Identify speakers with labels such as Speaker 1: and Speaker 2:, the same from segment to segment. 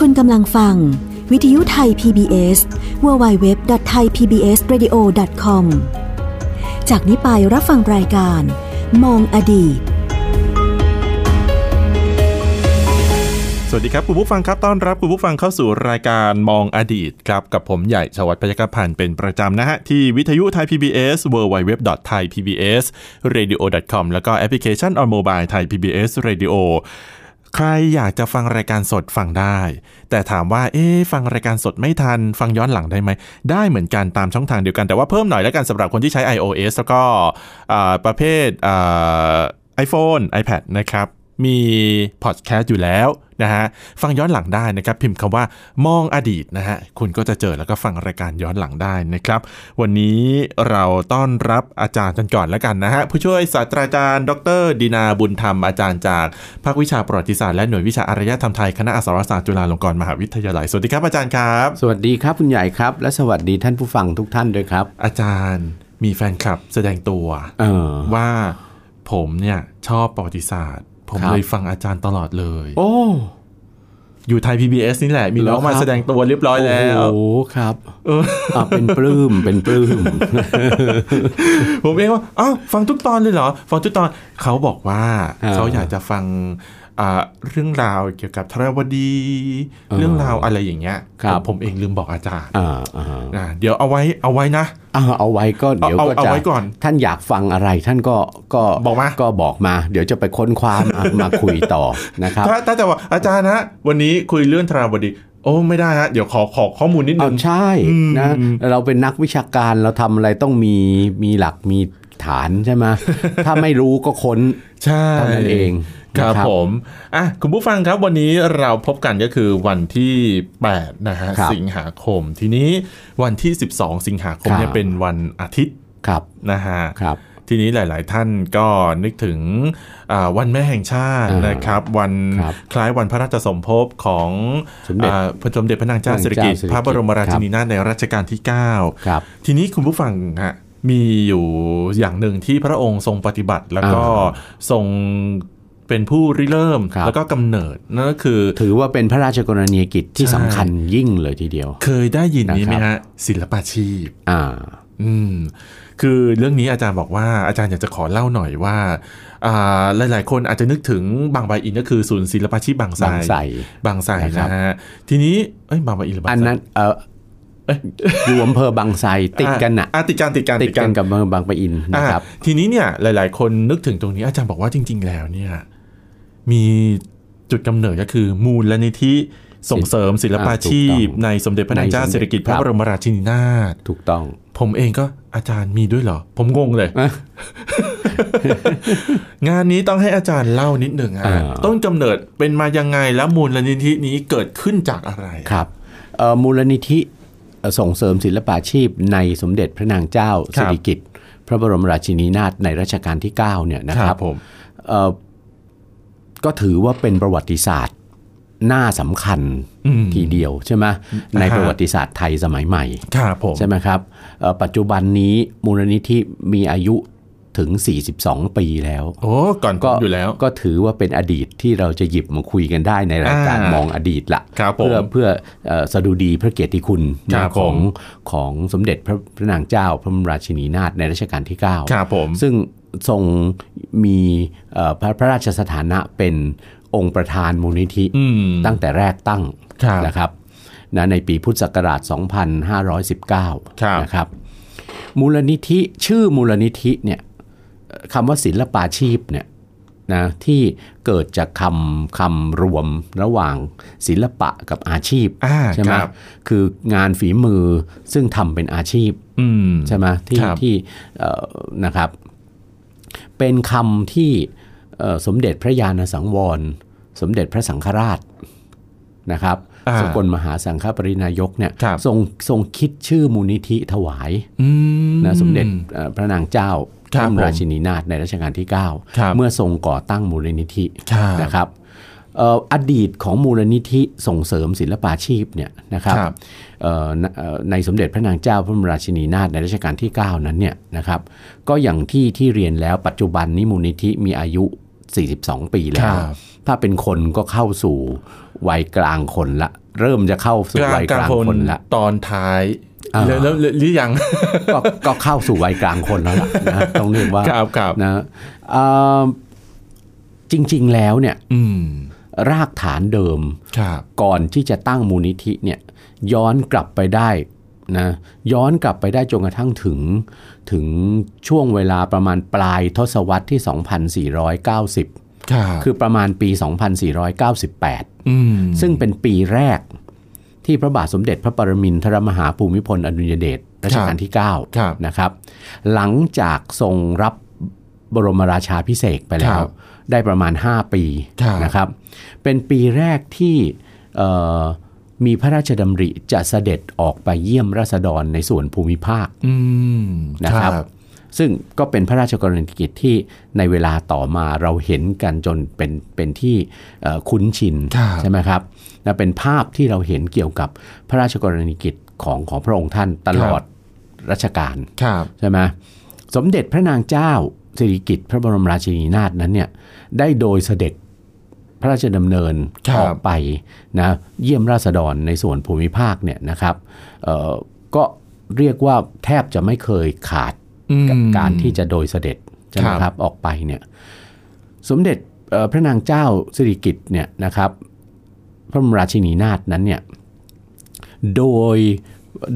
Speaker 1: คุณกำลังฟัง วิทยุไทย PBS www.thaipbsradio.com จากนี้ไปรับฟังรายการ มองอดีต
Speaker 2: สวัสดีครับคุณผู้ฟังครับต้อนรับคุณผู้ฟังเข้าสู่รายการมองอดีตครับ กับผมใหญ่ชวัฒน์พยกพันธ์เป็นประจำนะฮะ ที่วิทยุไทย PBS www.thaipbsradio.com แล้วก็แอปพลิเคชัน on mobile ไทย PBS Radio ใครอยากจะฟังรายการสดฟังได้ แต่ถามว่าเอ๊ะฟังรายการสดไม่ทัน ฟังย้อนหลังได้ไหม ได้เหมือนกันตามช่องทางเดียวกันแต่ว่าเพิ่มหน่อยแล้วกันสำหรับคนที่ใช้ iOS แล้วก็อ่าประเภทอ่า iPhone iPad นะครับ มีพอดแคสต์อยู่แล้วนะฮะ ฟังย้อนหลังได้นะครับ พิมพ์คำว่ามองอดีตนะฮะ คุณก็จะเจอแล้วก็ฟังรายการย้อนหลังได้นะครับ วันนี้เราต้อนรับอาจารย์กันก่อนแล้วกันนะฮะ ผู้ช่วยศาสตราจารย์ ดรดินาบุญธรรมอาจารย์จากภาควิชาประวัติศาสตร์และหน่วยวิชาอารยธรรมไทยคณะอักษรศาสตร์จุฬาลงกรณ์มหาวิทยาลัยสวัสดีครับอาจารย์ครับ
Speaker 3: สวัสดีครับคุณใหญ่ครับ และสวัสดีท่านผู้ฟังทุกท่านด้วยครับ
Speaker 2: อาจารย์มีแฟนคลับแสดงตัว
Speaker 3: เออ
Speaker 2: ว่าผมเนี่ยชอบประวัติศาสตร์ ผม
Speaker 3: ครับ
Speaker 2: เลยฟังอาจารย์ตลอดเลย
Speaker 3: โอ้
Speaker 2: อยู่ไทย PBS นี่แหละ มีน้องมา
Speaker 3: เหรอครับ
Speaker 2: แสดงตัวเรียบร้อยแล้ว
Speaker 3: โอ้โหครับเออเป็นปลื้มเป็นปลื้ม
Speaker 2: ผมเองว่าอ้าวฟังทุกตอนเลยเหรอ ฟังทุกตอนเขาบอกว่า
Speaker 3: อ่า
Speaker 2: เขาอยากจะฟังอ่าเรื่องราวเกี่ยวกับธรวดี เรื่องราวอะไรอย่างเงี้ย
Speaker 3: ครับ
Speaker 2: ผมผมเองลืมบอกอาจารย์
Speaker 3: อ่าอ่า
Speaker 2: อ่าเดี๋ยวเอาไว้เอาไว้นะ
Speaker 3: เอาเอาไว้ก็เดี๋ยว
Speaker 2: เอา
Speaker 3: ก็
Speaker 2: เอา
Speaker 3: จะ
Speaker 2: ไว้ก่อน
Speaker 3: ท่านอยากฟังอะไรท่านก็ก็
Speaker 2: บอกมา
Speaker 3: ก็บอกมา เดี๋ยวจะไปค้นคว้ามามาคุย ต่อนะครับ
Speaker 2: ถ้าถ้าจะว่าอาจารย์นะวันนี้คุยเรื่องธรวดี โอ้ไม่ได้ฮะเดี๋ยวขอขอข้อมูลนิดนึ
Speaker 3: เอา
Speaker 2: ง
Speaker 3: ใช่
Speaker 2: อืม
Speaker 3: นะเราเป็นนักวิชาการเราทำอะไรต้องมีมีหลักมีฐานใช่ไหม ถ้าไม่รู้ก็ค้น
Speaker 2: ใช่
Speaker 3: เท่านั้นเอง
Speaker 2: ครับ
Speaker 3: นะครับ
Speaker 2: ผมอ่ะคุณผู้ฟังครับวันนี้เราพบกันก็คือวันที่8นะฮะ
Speaker 3: ครับ
Speaker 2: สิงหาคม ทีนี้วันที่ 12 สิงหาคม
Speaker 3: ครับ
Speaker 2: เนี่ยเป็นวันอาทิตย์
Speaker 3: ครับ
Speaker 2: นะฮะ
Speaker 3: ครับ
Speaker 2: ทีนี้หลาย ๆ ท่านก็นึกถึงอ่าวันแม่แห่งชาติ
Speaker 3: อ่าน
Speaker 2: นะครับวัน
Speaker 3: ครับ
Speaker 2: คล้ายวันพระราชสมภพของ
Speaker 3: สมเด็จ
Speaker 2: อ่าพระสมเด็จพระนางเจ้าสิริกิติ์
Speaker 3: พระนางเจ้าสิริกิติ์
Speaker 2: พระบรมรา
Speaker 3: ครั
Speaker 2: ชิ
Speaker 3: บ
Speaker 2: นีนาถในรัชกาลที่ 9
Speaker 3: ครับ
Speaker 2: ทีนี้คุณผู้ฟังฮะมีอยู่อย่างหนึ่งที่พระองค์ทรงปฏิบัติแล้วก็
Speaker 3: อ่
Speaker 2: ทรงเป็นผู้ริเริ่ม
Speaker 3: ครับ
Speaker 2: แล้วก็กำเนิดนั่นก็คือ
Speaker 3: ถือว่าเป็นพระราชกรณียกิจที่
Speaker 2: ใช่
Speaker 3: สำคัญยิ่งเลยทีเดียว
Speaker 2: เคยได้ยินนี้ไหม
Speaker 3: นะครับ
Speaker 2: ฮะศิลปาชีพ
Speaker 3: อ่า
Speaker 2: อืมคือเรื่องนี้อาจารย์บอกว่าอาจารย์อยากจะขอเล่าหน่อยว่าอ่าหลาย ๆ คนอาจจะนึกถึงบางใบอินก็คือศูนย์ศิลปาชีพบางไทร
Speaker 3: บางไทร
Speaker 2: บางไทร
Speaker 3: นะครับ
Speaker 2: นะฮะทีนี้เอ้ยบางใบอินหรือบาง
Speaker 3: อัน
Speaker 2: ไทร
Speaker 3: นั้นเอออยู่อำเภอบางไทรติดกัน
Speaker 2: อ่ะ
Speaker 3: น่ะ
Speaker 2: อ่ะติดกันติดกัน
Speaker 3: ติดกันกับอำเมืองบางปะอินนะครับ
Speaker 2: อ่าทีนี้เนี่ยหลาย ๆ คนนึกถึงตรงนี้อาจารย์บอกว่าจริง ๆ แล้วเนี่ยมีจุดกำเนิดก็คือมูลนิธิส่งเสริมศิลปาชีพ
Speaker 3: อ่าถูกต้อง
Speaker 2: ในสมเด็จพระนางเจ้า
Speaker 3: ในสมเด็จ
Speaker 2: สิริกิติ์พระ
Speaker 3: ครับ บ
Speaker 2: รมราชินีนาถ
Speaker 3: ถูกต้อง
Speaker 2: ผมเองก็อาจารย์มีด้วยเหรอ ผมงงเลย
Speaker 3: อ่ะ
Speaker 2: งานนี้ต้องให้อาจารย์เล่านิดหนึ่งฮะ
Speaker 3: อ่า
Speaker 2: ต้นกำเนิดเป็นมายังไงแล้วมูลนิธินี้เกิดขึ้นจากอะไร
Speaker 3: ครับเอ่อมูลนิธิเอ่อส่งเสริมศิลปาชีพในสมเด็จพระนางเจ้า
Speaker 2: ครั
Speaker 3: สิ
Speaker 2: บ
Speaker 3: ริกิติ์พระบรมราชินีนาถในรัชกาลที่ 9 เนี่ยนะ
Speaker 2: ค
Speaker 3: ค
Speaker 2: รั
Speaker 3: รั
Speaker 2: บบ ผม
Speaker 3: เอ่อก็ถือว่าเป็นประวัติศาสตร์หน้าสำคัญ
Speaker 2: อืม
Speaker 3: ทีเดียวใช่ไหมใน
Speaker 2: อ่าฮะ
Speaker 3: ประวัติศาสตร์ไทยสมัยใหม่
Speaker 2: ครับผม
Speaker 3: ใช่ไหมครับเอ่อปัจจุบันนี้มูลนิธิมีอายุถึง 42 ปีแล้ว
Speaker 2: โอ้ก่อนก็อยู่แล้ว
Speaker 3: ก็ถือว่าเป็นอดีตที่เราจะหยิบมาคุยกันได้ในรายการ
Speaker 2: อ่าม
Speaker 3: มองอดีตละ
Speaker 2: ครับผม
Speaker 3: เพื่อเพื่อเอ่อสดุดีพระเกียรติคุณ
Speaker 2: ครั
Speaker 3: นะ
Speaker 2: บ
Speaker 3: ขอ
Speaker 2: ผ
Speaker 3: ง
Speaker 2: ม
Speaker 3: ของสมเด็จพระพระนางเจ้า พระบรมราชินีนาถในรัชกาลที่ 9
Speaker 2: ครับผม
Speaker 3: ซึ่งทรงมีเอ่อพระพระราชสถานะเป็นองค์ประธานมูลนิธิ
Speaker 2: อืม
Speaker 3: ตั้งแต่แรกตั้ง
Speaker 2: ครับ
Speaker 3: นะครับนะในปีพุทธศักราช
Speaker 2: ครับ
Speaker 3: 2519 นะครับ มูลนิธิชื่อมูลนิธิเนี่ยเอ่อคำว่าศิลปาชีพเนี่ยนะที่เกิดจากคำคำรวมระหว่างศิลปะกับอาชีพ
Speaker 2: อ่า
Speaker 3: ใช่ไหม
Speaker 2: ครับ
Speaker 3: คืองานฝีมือซึ่งทำเป็นอาชีพ
Speaker 2: อืม
Speaker 3: ใช่ไหมที่
Speaker 2: ครับ
Speaker 3: ที่เอ่อนะครับ เป็นคำที่เอ่อสมเด็จพระยาณสังวร สมเด็จพระสังฆราชนะครับ
Speaker 2: อ่า
Speaker 3: สกลมหาสังฆปรินายกเนี่ย
Speaker 2: ครับ
Speaker 3: ทรงทรงคิดชื่อมูลนิธิถวาย
Speaker 2: อืม
Speaker 3: นะสมเด็จเอ่อพระนางเจ้า
Speaker 2: ค
Speaker 3: พ
Speaker 2: รับ
Speaker 3: ระบร
Speaker 2: ผ
Speaker 3: ม
Speaker 2: ม
Speaker 3: ราชินีนาถในรัชกาลที่
Speaker 2: ครับ
Speaker 3: 9 เมื่อทรงก่อตั้งมูลนิธิ
Speaker 2: ครับ
Speaker 3: นะครับเอ่ออดีตของมูลนิธิส่งเสริมศิลปาชีพเนี่ยนะค
Speaker 2: ครับ รับ
Speaker 3: เอ่อณเอ่อในสมเด็จพระนางเจ้าพระบรมราชินีนาถในรัชกาลที่ 9 นั้นเนี่ยนะครับ ก็อย่างที่ที่เรียนแล้วปัจจุบันนี้มูลนิธิมีอายุ 42 ปีแล้
Speaker 2: คว รับ
Speaker 3: ถ้าเป็นคนก็เข้าสู่วัยกลางคนละ เริ่มจะเข้าสู่วัยกลางคนละ
Speaker 2: ตอนท้าย
Speaker 3: อ่า
Speaker 2: แล้วแล้วแล้วหรือยัง
Speaker 3: ก็ก็เข้าสู่วัยกลางคนแล้วล่ะนะต้องเรียกว่า
Speaker 2: ครับครับ
Speaker 3: นะเอ่อจริง ๆ แล้วเนี่ย
Speaker 2: อืม
Speaker 3: รากฐานเดิม
Speaker 2: ครับ
Speaker 3: ก่อนที่จะตั้งมูลนิธิเนี่ยย้อนกลับไปได้นะย้อนกลับไปได้จนกระทั่งถึงถึงช่วงเวลาประมาณปลายทศวรรษที่ 2490
Speaker 2: ครับ
Speaker 3: คือประมาณปี 2498
Speaker 2: อืม
Speaker 3: ซึ่งเป็นปีแรกที่พระบาทสมเด็จพระปรมินทรมหาภูมิพลอดุลยเดชรัชกาลที่
Speaker 2: ครับ
Speaker 3: 9 นะครับ หลังจากทรงรับบรมราชาพิเศษกไปแล้
Speaker 2: คว รับ
Speaker 3: ได้ประมาณ 5 ปี
Speaker 2: ครับ
Speaker 3: นะครับ เป็นปีแรกที่เอ่อมีพระราชดำริจะเสด็จออกไปเยี่ยมราษฎรในส่วนภูมิภาค
Speaker 2: อืม
Speaker 3: นะครับ ซึ่งก็เป็นพระราชกรณียกิจที่ในเวลาต่อมาเราเห็นกันจนเป็นเป็นที่เอ่อคุ้นชิน
Speaker 2: ครับ
Speaker 3: ใช่ไหมครับนะเป็นภาพที่เราเห็นเกี่ยวกับพระราชกรณียกิจของของพระองค์ท่านตลอดรัชกาล
Speaker 2: ครับ
Speaker 3: ใช่ไหมสมเด็จพระนางเจ้าสิริกิติ์พระบรมราชินีนาถนั้นเนี่ยได้โดยเสด็จพระราชดำเนิน
Speaker 2: ครับ
Speaker 3: ออกไปนะเยี่ยมราษฎรในส่วนภูมิภาคเนี่ยนะครับเอ่อก็เรียกว่าแทบจะไม่เคยขาด
Speaker 2: อืม
Speaker 3: กับการที่จะโดยเสด็จใช่ไหม
Speaker 2: ค
Speaker 3: ค
Speaker 2: รั
Speaker 3: รับ บออกไปเนี่ยสมเด็จเอ่อพระนางเจ้าสิริกิติ์เนี่ยนะครับ พระบรมราชินีนาถนั้นเนี่ยโดย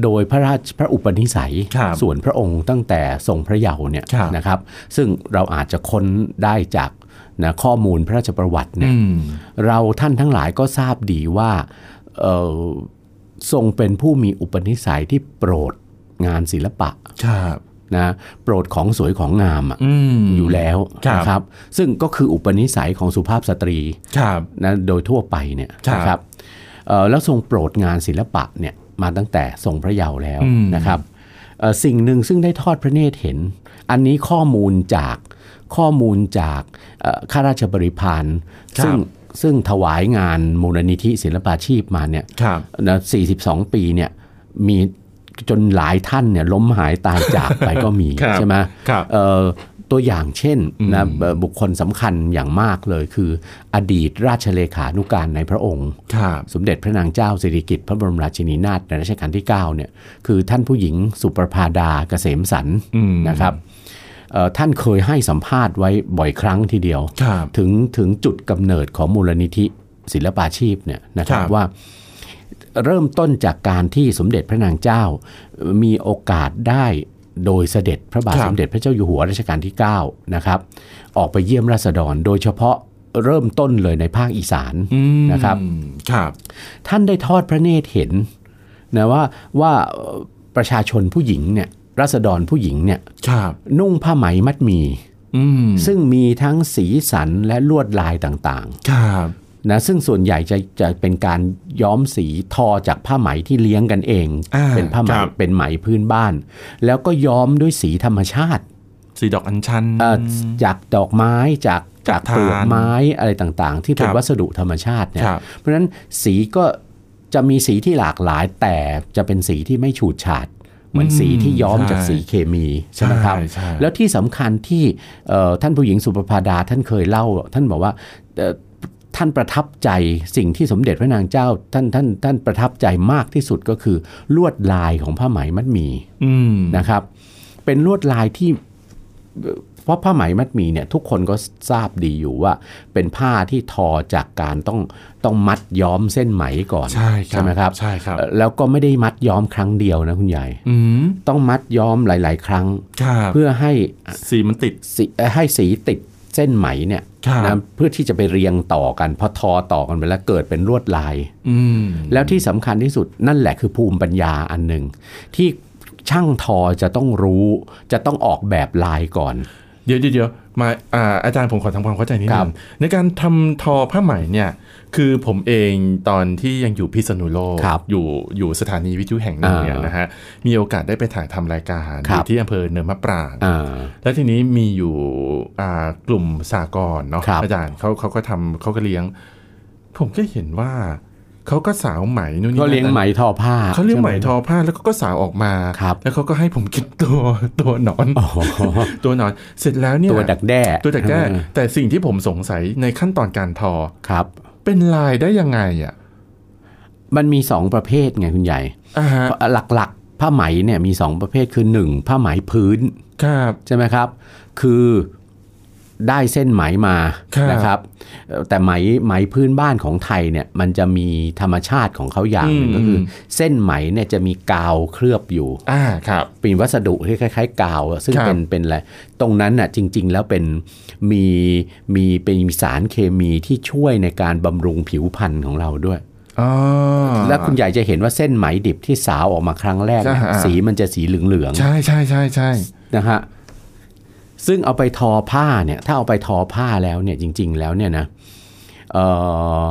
Speaker 3: โดยพระราชพระอุปนิสัย
Speaker 2: ครับ
Speaker 3: ส่วนพระองค์ตั้งแต่ทรงพระเยาว์เนี่ย
Speaker 2: ครับ
Speaker 3: นะครับ ซึ่งเราอาจจะค้นได้จากนะข้อมูลพระราชประวัติเนี่ย
Speaker 2: อืม
Speaker 3: เราท่านทั้งหลายก็ทราบดีว่าเอ่อทรงเป็นผู้มีอุปนิสัยที่โปรดงานศิลปะ
Speaker 2: ครับ
Speaker 3: นะโปรดของสวยของงามอะ
Speaker 2: อืม
Speaker 3: อยู่แล้ว
Speaker 2: ครับ
Speaker 3: นะครับ ซึ่งก็คืออุปนิสัยของสุภาพสตรี
Speaker 2: ครับ
Speaker 3: นะโดยทั่วไปเนี่ย
Speaker 2: ครับ
Speaker 3: นะครับเอ่อแล้วทรงโปรดงานศิลปะเนี่ยมาตั้งแต่ทรงพระเยาว์แล้ว
Speaker 2: อืม
Speaker 3: นะครับเอ่อสิ่งหนึ่งซึ่งได้ทอดพระเนตรเห็น อันนี้ข้อมูลจากข้อมูลจากเอ่อข้าราชบริพารซึ่งซึ่งถวายงานมูลนิธิศิลปาชีพมาเนี่ย
Speaker 2: ครับ
Speaker 3: นะ42 ปีเนี่ยมีจนหลายท่านเนี่ยล้มหายตายจาก ไปก็มี
Speaker 2: ครับ
Speaker 3: ใช่ไหม
Speaker 2: ครับ
Speaker 3: เอ่อตัวอย่างเช่นนะเอ่อบุคคลสำคัญอย่างมากเลยคือ อดีตราชเลขานุการในพระองค์
Speaker 2: ครับ
Speaker 3: สมเด็จพระนางเจ้าสิริกิติ์พระบรมราชินีนาถในรัชกาลที่9เนี่ยคือท่านผู้หญิงสุประภาดาเกษมสัน
Speaker 2: อืม
Speaker 3: นะครับเอ่อท่านเคยให้สัมภาษณ์ไว้บ่อยครั้งทีเดียว
Speaker 2: ครับ
Speaker 3: ถึงถึงจุดกำเนิดของมูลนิธิศิลปาชีพเนี่ยนะครั
Speaker 2: ค
Speaker 3: บ
Speaker 2: รับ
Speaker 3: ว่าเริ่มต้นจากการที่สมเด็จพระนางเจ้า มีโอกาสได้โดยเสด็จพระบาทสมเด็จพระเจ้าอยู่หัวรัชกาลที่9นะครับออกไปเยี่ยมราษฎรโดยเฉพาะเริ่มต้นเลยในภาคอีสาน
Speaker 2: อืม
Speaker 3: นะครับ
Speaker 2: ครับ
Speaker 3: ท่านได้ทอดพระเนตรเห็นนะว่าว่าเอ่อประชาชนผู้หญิงเนี่ยราษฎรผู้หญิงเนี่ย
Speaker 2: ครับ
Speaker 3: นุ่งผ้าไหมมัดหมี
Speaker 2: อืม
Speaker 3: ซึ่งมีทั้งสีสันและลวดลายต่างๆ
Speaker 2: ครับ
Speaker 3: นะซึ่งส่วนใหญ่จะจะเป็นการย้อมสีทอจากผ้าไหมที่เลี้ยงกันเอง
Speaker 2: อ่า
Speaker 3: เป็นผ้าไหม
Speaker 2: ครับ
Speaker 3: เป็นไหมพื้นบ้าน แล้วก็ย้อมด้วยสีธรรมชาติ
Speaker 2: สีดอกอัญชัน
Speaker 3: เอ่อจากดอกไม้จาก
Speaker 2: จาก
Speaker 3: เปลือก
Speaker 2: ถ่าน
Speaker 3: ไม้อะไรต่างๆ ที่เป็
Speaker 2: คนรับ
Speaker 3: วัสดุธรรมชาติเนี่ย
Speaker 2: ครับ
Speaker 3: เพราะฉะนั้นสีก็จะมีสีที่หลากหลายแต่จะเป็นสีที่ไม่ฉูดฉาด เหมือน
Speaker 2: อืม
Speaker 3: สีที่ย้อม
Speaker 2: ใช่
Speaker 3: จากสีเคมีใช่ไหมครับ
Speaker 2: ใช่ใช่
Speaker 3: แล้วที่สำคัญที่เอ่อท่านผู้หญิงสุปภาดาท่านเคยเล่า ท่านบอกว่าเอ่อท่านประทับใจสิ่งที่สมเด็จพระนางเจ้าท่านท่านท่านประทับใจมากที่สุดก็คือลวดลายของผ้าไหมมัดหมี
Speaker 2: อืม
Speaker 3: นะครับ เป็นลวดลายที่เอ่อเพราะผ้าไหมมัดหมีเนี่ยทุกคนก็ทราบดีอยู่ว่า เป็นผ้าที่ทอจากการต้องต้องมัดย้อมเส้นไหมก่อน
Speaker 2: ใช่ครับ
Speaker 3: ไหมครับ
Speaker 2: ใช่ครับ
Speaker 3: เอ่อแล้วก็ไม่ได้มัดย้อมครั้งเดียวนะคุณใหญ่
Speaker 2: อืม
Speaker 3: ต้องมัดย้อมหลาย ๆ ครั้ง
Speaker 2: ครับ
Speaker 3: เพื่อให้
Speaker 2: สีมันติด
Speaker 3: สีเอ่อให้สีติดเส้นไหมเนี่ย
Speaker 2: ครับ
Speaker 3: นะเพื่อที่จะไปเรียงต่อกันพอทอต่อกันไปแล้วเกิดเป็นลวดลาย
Speaker 2: อืม
Speaker 3: แล้วที่สำคัญที่สุดนั่นแหละคือภูมิปัญญาอันหนึ่ง ที่ช่างทอจะต้องรู้ จะต้องออกแบบลายก่อน
Speaker 2: เดี๋ยวเดี๋ยวเดี๋ยวมาอ่าอาจารย์ผมขอทำความเข้าใจนิด
Speaker 3: ครั
Speaker 2: นึ
Speaker 3: บ
Speaker 2: งในการทำทอผ้าไหมเนี่ย คือผมเองตอนที่ยังอยู่พิษณุโลก
Speaker 3: ครับ
Speaker 2: อยู่อยู่สถานีวิทยุแห่งหนึ่งเนี่ย
Speaker 3: อ่าน
Speaker 2: นะฮะมีโอกาสได้ไปถ่ายทำรายการอ
Speaker 3: ครับ
Speaker 2: ยู่ที่อำเภอเนินมะปราง
Speaker 3: อ่า
Speaker 2: แล้วทีนี้มีอยู่อ่ากลุ่มสากรเนาะ
Speaker 3: ครับ
Speaker 2: อาจารย์เขาเขาก็ทำเขาก็เลี้ยง ผมก็เห็นว่า เขาก็สาวไหมนู่นนี่
Speaker 3: ก็เลี้ยง
Speaker 2: นั่น
Speaker 3: ไหมทอผ้า
Speaker 2: เขาเลี้ยงไหม
Speaker 3: ใช่
Speaker 2: ทอผ้าแล้วเขาก็สาวออกมา
Speaker 3: ครับ
Speaker 2: แล้วเขาก็ให้ผมกินตัวตัวหนอน
Speaker 3: อ๋อ
Speaker 2: ตัวหนอนเสร็จแล้วเนี่ย
Speaker 3: ตัวดักแด้
Speaker 2: ตัวดักแด้
Speaker 3: เออ
Speaker 2: แต่สิ่งที่ผมสงสัยในขั้นตอนการทอ
Speaker 3: ครับ
Speaker 2: เป็นลายได้ยังไงอ่ะ
Speaker 3: มันมีสองประเภทไงคุณใหญ่
Speaker 2: อ่าฮะ
Speaker 3: หลักๆ ผ้าไหมเนี่ยมีสองประเภทคือหนึ่งผ้าไหมพื้น
Speaker 2: ครับ
Speaker 3: ใช่ไหมครับ คือได้เส้นไหมมา
Speaker 2: ครับ
Speaker 3: นะครับเอ่อแต่ไหมไหมพื้นบ้านของไทยเนี่ยมันจะมีธรรมชาติของเขาอย่างหนึ่งก็คืออเส้นไหมเนี่ยจะมีกาวเคลือบอยู่
Speaker 2: อ่าครับ
Speaker 3: เป็นวัสดุที่คล้ายๆ กาวอะซึ่ง
Speaker 2: ครับ
Speaker 3: เป็นเป็นอะไรตรงนั้นน่ะจริง ๆ แล้วเป็นมีมีเป็นสารเคมีที่ช่วยในการบำรุงผิวพรรณของเราด้วย
Speaker 2: อ๋อ
Speaker 3: และคุณใหญ่จะเห็นว่าเส้นไหมดิบที่สาวออกมาครั้งแรกเนี่ย
Speaker 2: ใช่ฮะ
Speaker 3: สีมันจะสีเหลืองๆ
Speaker 2: ใช่ใช่ใช่ใช่
Speaker 3: นะฮะซึ่งเอาไปทอผ้าเนี่ยถ้าเอาไปทอผ้าแล้วเนี่ยจริง ๆ แล้วเนี่ยนะเอ่อ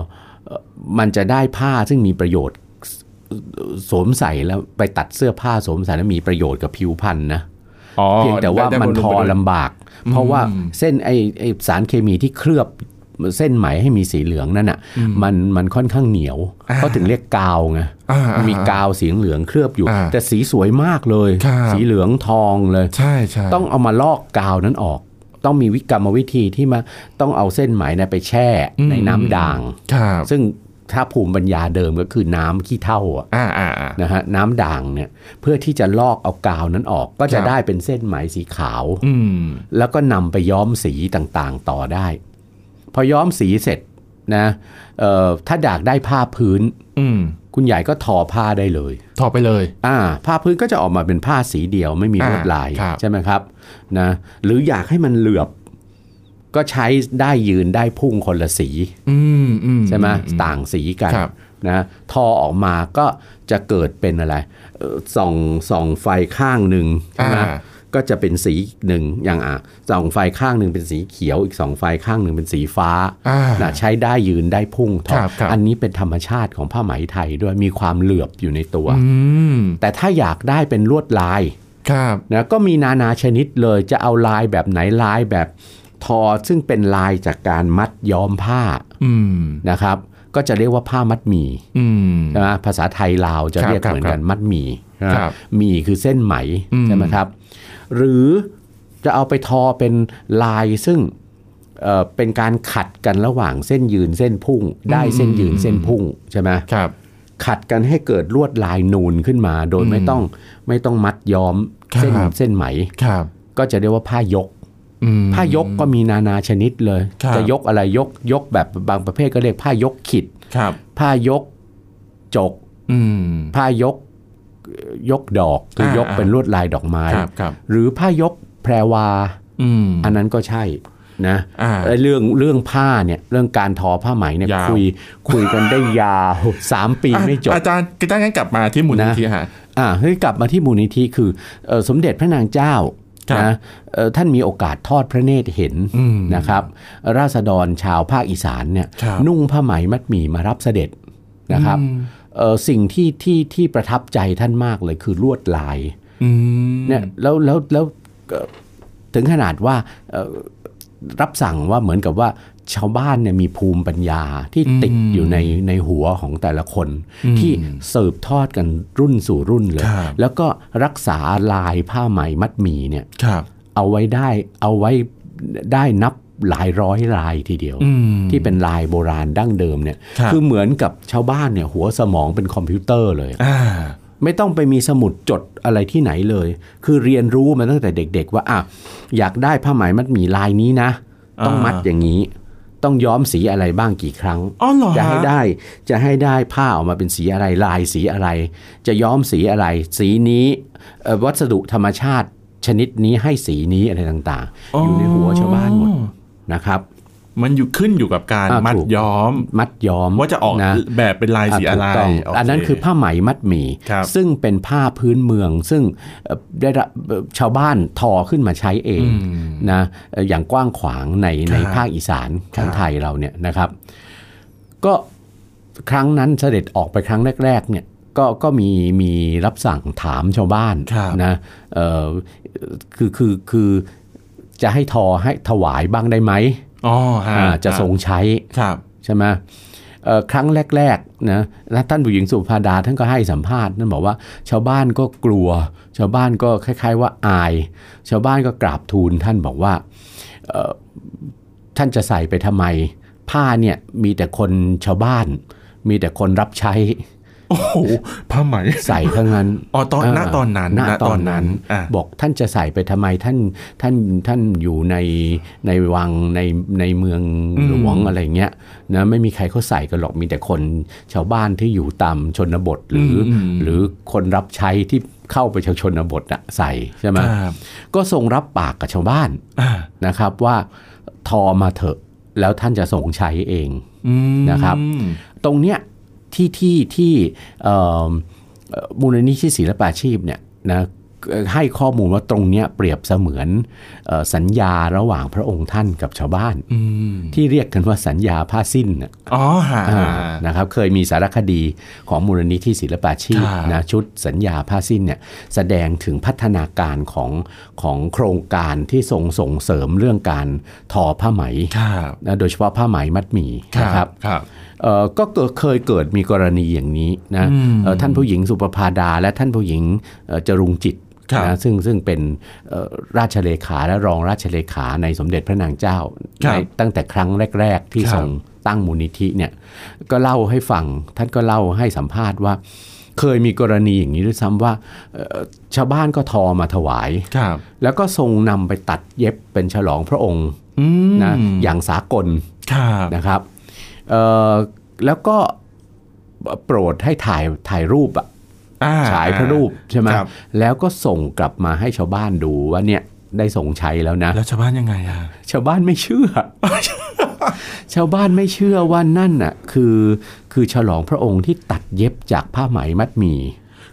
Speaker 3: เอ่อมันจะได้ผ้าซึ่งมีประโยชน์สวมใส่แล้วไปตัดเสื้อผ้าสวมใส่แล้วมีประโยชน์กับผิวพรรณนะ
Speaker 2: อ๋อ
Speaker 3: เพียงแต่ว่า
Speaker 2: ได้ได้
Speaker 3: มัน
Speaker 2: บำรุ
Speaker 3: ท
Speaker 2: ง
Speaker 3: อ
Speaker 2: ไปด้วย
Speaker 3: ลำบาก เพราะว่าเส้นไอไอสารเคมีที่เคลือบเส้นไหมให้มีสีเหลืองนั่นอ่ะมันมันค่อนข้างเหนียวเขาถึงเรียกกาวไง
Speaker 2: อ่าอ่ามี
Speaker 3: มีกาวสีเหลืองเคลือบอยู่
Speaker 2: อ่า
Speaker 3: แต่สีสวยมากเลย
Speaker 2: ครับ
Speaker 3: สีเหลืองทองเลย
Speaker 2: ใช่ใช่
Speaker 3: ต้องเอามาลอกกาวนั้นออก ต้องมีวิกรรมวิธีที่มาต้องเอาเส้นไหมเนยไปแช่ในน้ำด่าง
Speaker 2: ครับ
Speaker 3: ซึ่งถ้าภูมิปัญญาเดิมก็คือน้ำขี้เท่าอะ
Speaker 2: อ่าอ่าอ่า
Speaker 3: นะฮะน้ำด่างเนี่ยเพื่อที่จะลอกเอากาวนั้นออก ก็
Speaker 2: ครั
Speaker 3: จะ
Speaker 2: บ
Speaker 3: ได้เป็นเส้นไหมสีขาว
Speaker 2: อืม
Speaker 3: แล้วก็นำไปย้อมสีต่างๆ ต่อได้ พอย้อมสีเสร็จนะเอ่อถ้าดากได้ผ้าพื้น
Speaker 2: อืม
Speaker 3: คุณใหญ่ก็ทอผ้าได้เลย
Speaker 2: ถอดไปเลย
Speaker 3: อ่าผ้าพื้นก็จะออกมาเป็นผ้าสีเดียวไม่มีลวด
Speaker 2: อ่า
Speaker 3: ลาย
Speaker 2: ครับ
Speaker 3: ใช่ไหมครับนะหรืออยากให้มันเหลือบ ก็ใช้ได้ยืนได้พุ่งคนละสี
Speaker 2: อืมอืม
Speaker 3: ใช่ไหมต่างสีกัน
Speaker 2: ครับ
Speaker 3: นะทอออกมาก็จะเกิดเป็นอะไรเอ่อส่องส่องไฟข้างหนึ่งใช่ไหม
Speaker 2: อ่า
Speaker 3: ก็จะเป็นสีหนึ่งอย่างอ่ะส่องไฟข้างหนึ่งเป็นสีเขียว อีกสองไฟข้างหนึ่งเป็นสีฟ้า
Speaker 2: อ่า
Speaker 3: น่ะใช้ได้ยืนได้พุ่งทอ
Speaker 2: ครับครับ
Speaker 3: อันนี้เป็นธรรมชาติของผ้าไหมไทยด้วยมีความเหลือบอยู่ในตัว
Speaker 2: อืม
Speaker 3: แต่ถ้าอยากได้เป็นลวดลาย
Speaker 2: ครับ
Speaker 3: นะก็มีนานาชนิดเลยจะเอาลายแบบไหนลายแบบทอซึ่งเป็นลายจากการมัดย้อมผ้า
Speaker 2: อืม
Speaker 3: นะครับ ก็จะเรียกว่าผ้ามัดหมี่
Speaker 2: อืม
Speaker 3: ใช่ไหมภาษาไทยลาวจะเรียก
Speaker 2: ครับ
Speaker 3: เหมือนกัน
Speaker 2: ครับ
Speaker 3: มัดหมี่นะครับ หมี่คือเส้นไหม
Speaker 2: อืม
Speaker 3: ใช่ไหมครับ หรือจะเอาไปทอเป็นลายซึ่งเอ่อเป็นการขัดกันระหว่างเส้นยืนเส้นพุ่ง ได้เส้นยืนเส้นพุ่งใช่ไหม
Speaker 2: ครับ
Speaker 3: ขัดกันให้เกิดลวดลายนูนขึ้นมา โดยไม่ต้องไม่ต้องมัดย้อมเส้น
Speaker 2: ครับ
Speaker 3: เส้นไหม
Speaker 2: ครับ
Speaker 3: ก็จะเรียกว่าผ้ายก
Speaker 2: อืม
Speaker 3: ผ้ายกก็มีนานาชนิดเลย
Speaker 2: ครับ
Speaker 3: จะยกอะไรยกยกแบบบางประเภทก็เรียกผ้ายกขิด
Speaker 2: ครับ
Speaker 3: ผ้ายกจก
Speaker 2: อืม
Speaker 3: ผ้ายกเอ่อยกดอกคืออยก
Speaker 2: อ่า
Speaker 3: เป็นลวดลายดอกไม้
Speaker 2: ครับครับ
Speaker 3: หรือผ้ายกแพรวา
Speaker 2: อืม
Speaker 3: อันนั้นก็ใช่นะ
Speaker 2: อ่า
Speaker 3: ไอ้เรื่องเรื่องผ้าเนี่ยเรื่องการทอผ้าไหมเนี่ย
Speaker 2: ยาว
Speaker 3: คุยคุยกันได้ยาว สามปีไม่จบ
Speaker 2: อาจารย์ก็งั้นกลับมาที่มูลนิธิฮะ
Speaker 3: อ่าเฮ้ยกลับมาที่มูลนิธิคือเอ่อสมเด็จพระนางเจ้า
Speaker 2: ครับ
Speaker 3: นะเอ่อท่านมีโอกาสทอดพระเนตรเห็น
Speaker 2: อืม
Speaker 3: นะครับ ราษฎรชาวภาคอีสานเนี่ย
Speaker 2: ครับ
Speaker 3: นุ่งผ้าไหมมัดหมี่มารับเสด็จนะครับเอ่อสิ่งที่ที่ที่ประทับใจท่านมากเลยคือลวดลาย
Speaker 2: อืม
Speaker 3: เนี่ยแล้วแล้วแล้วเอ่อถึงขนาดว่าเอ่อรับสั่งว่าเหมือนกับว่าชาวบ้านเนี่ยมีภูมิปัญญาที่ติดอยู่ในในหัวของแต่ละคน ที่สืบทอดกันรุ่นสู่รุ่นเลย
Speaker 2: ครับ
Speaker 3: แล้วก็รักษาลายผ้าไหมมัดหมี่เนี่ย
Speaker 2: ครับ
Speaker 3: เอาไว้ได้เอาไว้ได้นับหลายร้อยลายทีเดียว
Speaker 2: อืม
Speaker 3: ที่เป็นลายโบราณดั้งเดิมเนี่ย
Speaker 2: ครับ
Speaker 3: อเหมือนกับชาวบ้านเนี่ยหัวสมองเป็นคอมพิวเตอร์เลย
Speaker 2: อ่า
Speaker 3: ไม่ต้องไปมีสมุดจดอะไรที่ไหนเลย คือเรียนรู้มาตั้งแต่เด็ก ๆ ว่าอ่ะอยากได้ผ้าไหมมัดหมี่ลายนี้นะ ต้อง
Speaker 2: อ่ามั
Speaker 3: มัดอย่างนี้ ต้องย้อมสีอะไรบ้างกี่ครั้ง
Speaker 2: อ๋อเหรอ
Speaker 3: จะ
Speaker 2: ฮะ
Speaker 3: ให้ได้จะให้ได้ผ้าออกมาเป็นสีอะไรลายสีอะไร จะย้อมสีอะไร สีนี้เอ่อวัสดุธรรมชาติชนิดนี้ให้สีนี้อะไรต่างๆ อยู่ในหัวชาวบ้านหมดนะครับ
Speaker 2: มันอยู่ขึ้นอยู่กับการ
Speaker 3: อ่า
Speaker 2: มัด
Speaker 3: ถูก
Speaker 2: ย้อม
Speaker 3: มัดย้อม
Speaker 2: ว่าจะออก
Speaker 3: นะ
Speaker 2: แบบเป็นลายสี
Speaker 3: อ่ะ
Speaker 2: อะไร
Speaker 3: ถูกต้ง
Speaker 2: โเ
Speaker 3: อันนั้นคือผ้าไหมมัดหมี่
Speaker 2: ครับ
Speaker 3: ซึ่งเป็นผ้าพื้นเมือง ซึ่งเอ่อได้รับเอ่อชาวบ้านทอขึ้นมาใช้เองนะเอ่ออย่างกว้างขวางในในภาคอีสานของไทยเราเนี่ยนะครับ ก็ครั้งนั้นเสด็จออกไปครั้งแรก ๆ เนี่ยก็ก็มีมีรับสั่งถามชาวบ้าน
Speaker 2: ครับ
Speaker 3: นะเอ่อคือคือคือจะให้ทอให้ถวายบ้างได้ไหม
Speaker 2: อ๋อฮะ
Speaker 3: อ่าจะทรงใช้
Speaker 2: ครับ
Speaker 3: ใช่ไหม เอ่อครั้งแรกๆนะท่านผู้หญิงสุภาดาท่านก็ให้สัมภาษณ์นั่นบอกว่า ชาวบ้านก็กลัว ชาวบ้านก็คล้าย ๆ ว่าอาย ชาวบ้านก็กราบทูลท่านบอกว่าเอ่อท่านจะใส่ไปทำไม ผ้าเนี่ยมีแต่คนชาวบ้าน มีแต่คนรับใช้
Speaker 2: โอ้โหผ้าไหม
Speaker 3: ใส่เท่านั้น
Speaker 2: อ๋อตอน
Speaker 3: เ
Speaker 2: ณตอนนั้น
Speaker 3: ณ
Speaker 2: ณ
Speaker 3: ต
Speaker 2: ต
Speaker 3: อ
Speaker 2: อน นนั้
Speaker 3: นั้น
Speaker 2: นอ่ะ
Speaker 3: บอกท่านจะใส่ไปทำไมท่านท่านท่านอยู่ในในวังในในเมืองหลวงอะไรเงี้ยนะไม่มีใครเขาใส่กันหรอกมีแต่คนชาวบ้านที่อยู่ตามชนบทหรืออ
Speaker 2: ม
Speaker 3: หรือคนรับใช้ที่เข้าไปชาวชนบทน่ะใส่ใช่ไหม
Speaker 2: ครับ
Speaker 3: ก็ทรงรับปากกับชาวบ้าน
Speaker 2: อ่า
Speaker 3: นะครับว่าทอมาเถอะแล้วท่านจะส่งใช้เอง
Speaker 2: อืม
Speaker 3: นะครับ ตรงเนี้ยที่ที่ที่เอ่อเอ่อมูลนิธิศิลปาชีพเนี่ยนะเอ่อให้ข้อมูลว่าตรงเนี้ยเปรียบเสมือนเออสัญญาระหว่างพระองค์ท่านกับชาวบ้าน
Speaker 2: อืม
Speaker 3: ที่เรียกกันว่าสัญญาผ้าสิ้นน่ะ
Speaker 2: อ๋อฮะ
Speaker 3: นะครับเคยมีสารคดีของมูลนิธิศิลปาชีพ
Speaker 2: ครับ
Speaker 3: นะชุดสัญญาผ้าสิ้นเนี่ยแสดงถึงพัฒนาการของของโครงการที่ทรงส่งเสริมเรื่องการทอผ้าไหม
Speaker 2: ครับ
Speaker 3: นะโดยเฉพาะผ้าไหมมัดหมี่
Speaker 2: ครับ
Speaker 3: นะครับ
Speaker 2: ครับ
Speaker 3: เอ่อก็เกิดเคยเกิดมีกรณีอย่างนี้นะ
Speaker 2: อืม
Speaker 3: เอ่อท่านผู้หญิงสุปภาดา และท่านผู้หญิงเอ่อจรุงจิต
Speaker 2: ครับ
Speaker 3: นะซึ่งซึ่งเป็นเอ่อราชเลขาและรองราชเลขาในสมเด็จพระนางเจ้า
Speaker 2: ครับ
Speaker 3: ในตั้งแต่ครั้งแรก ๆ ที่
Speaker 2: ครับ
Speaker 3: ทรงตั้งมูลนิธิเนี่ยก็เล่าให้ฟังท่านก็เล่าให้สัมภาษณ์ว่า เคยมีกรณีอย่างนี้ด้วยซ้ำว่าเอ่อชาวบ้านก็ทอมาถวาย
Speaker 2: ครับ
Speaker 3: แล้วก็ทรงนำไปตัดเย็บเป็นฉลองพระองค์
Speaker 2: อืม
Speaker 3: นะอย่างสากล
Speaker 2: ครับ
Speaker 3: นะครับเอ่อแล้วก็โปรดให้ถ่ายถ่ายรูปอะ
Speaker 2: อ่
Speaker 3: ฉายพระรูปใช่ไหม
Speaker 2: ครับ
Speaker 3: แล้วก็ส่งกลับมาให้ชาวบ้านดูว่าเนี่ยได้ส่งใช้แล้วนะ
Speaker 2: แล้วชาวบ้านยังไงอ่ะ
Speaker 3: ชาวบ้านไม่เชื่อ ชาวบ้านไม่เชื่อว่านั่นน่ะคือคือฉลองพระองค์ที่ตัดเย็บจากผ้าไหมมัดหมี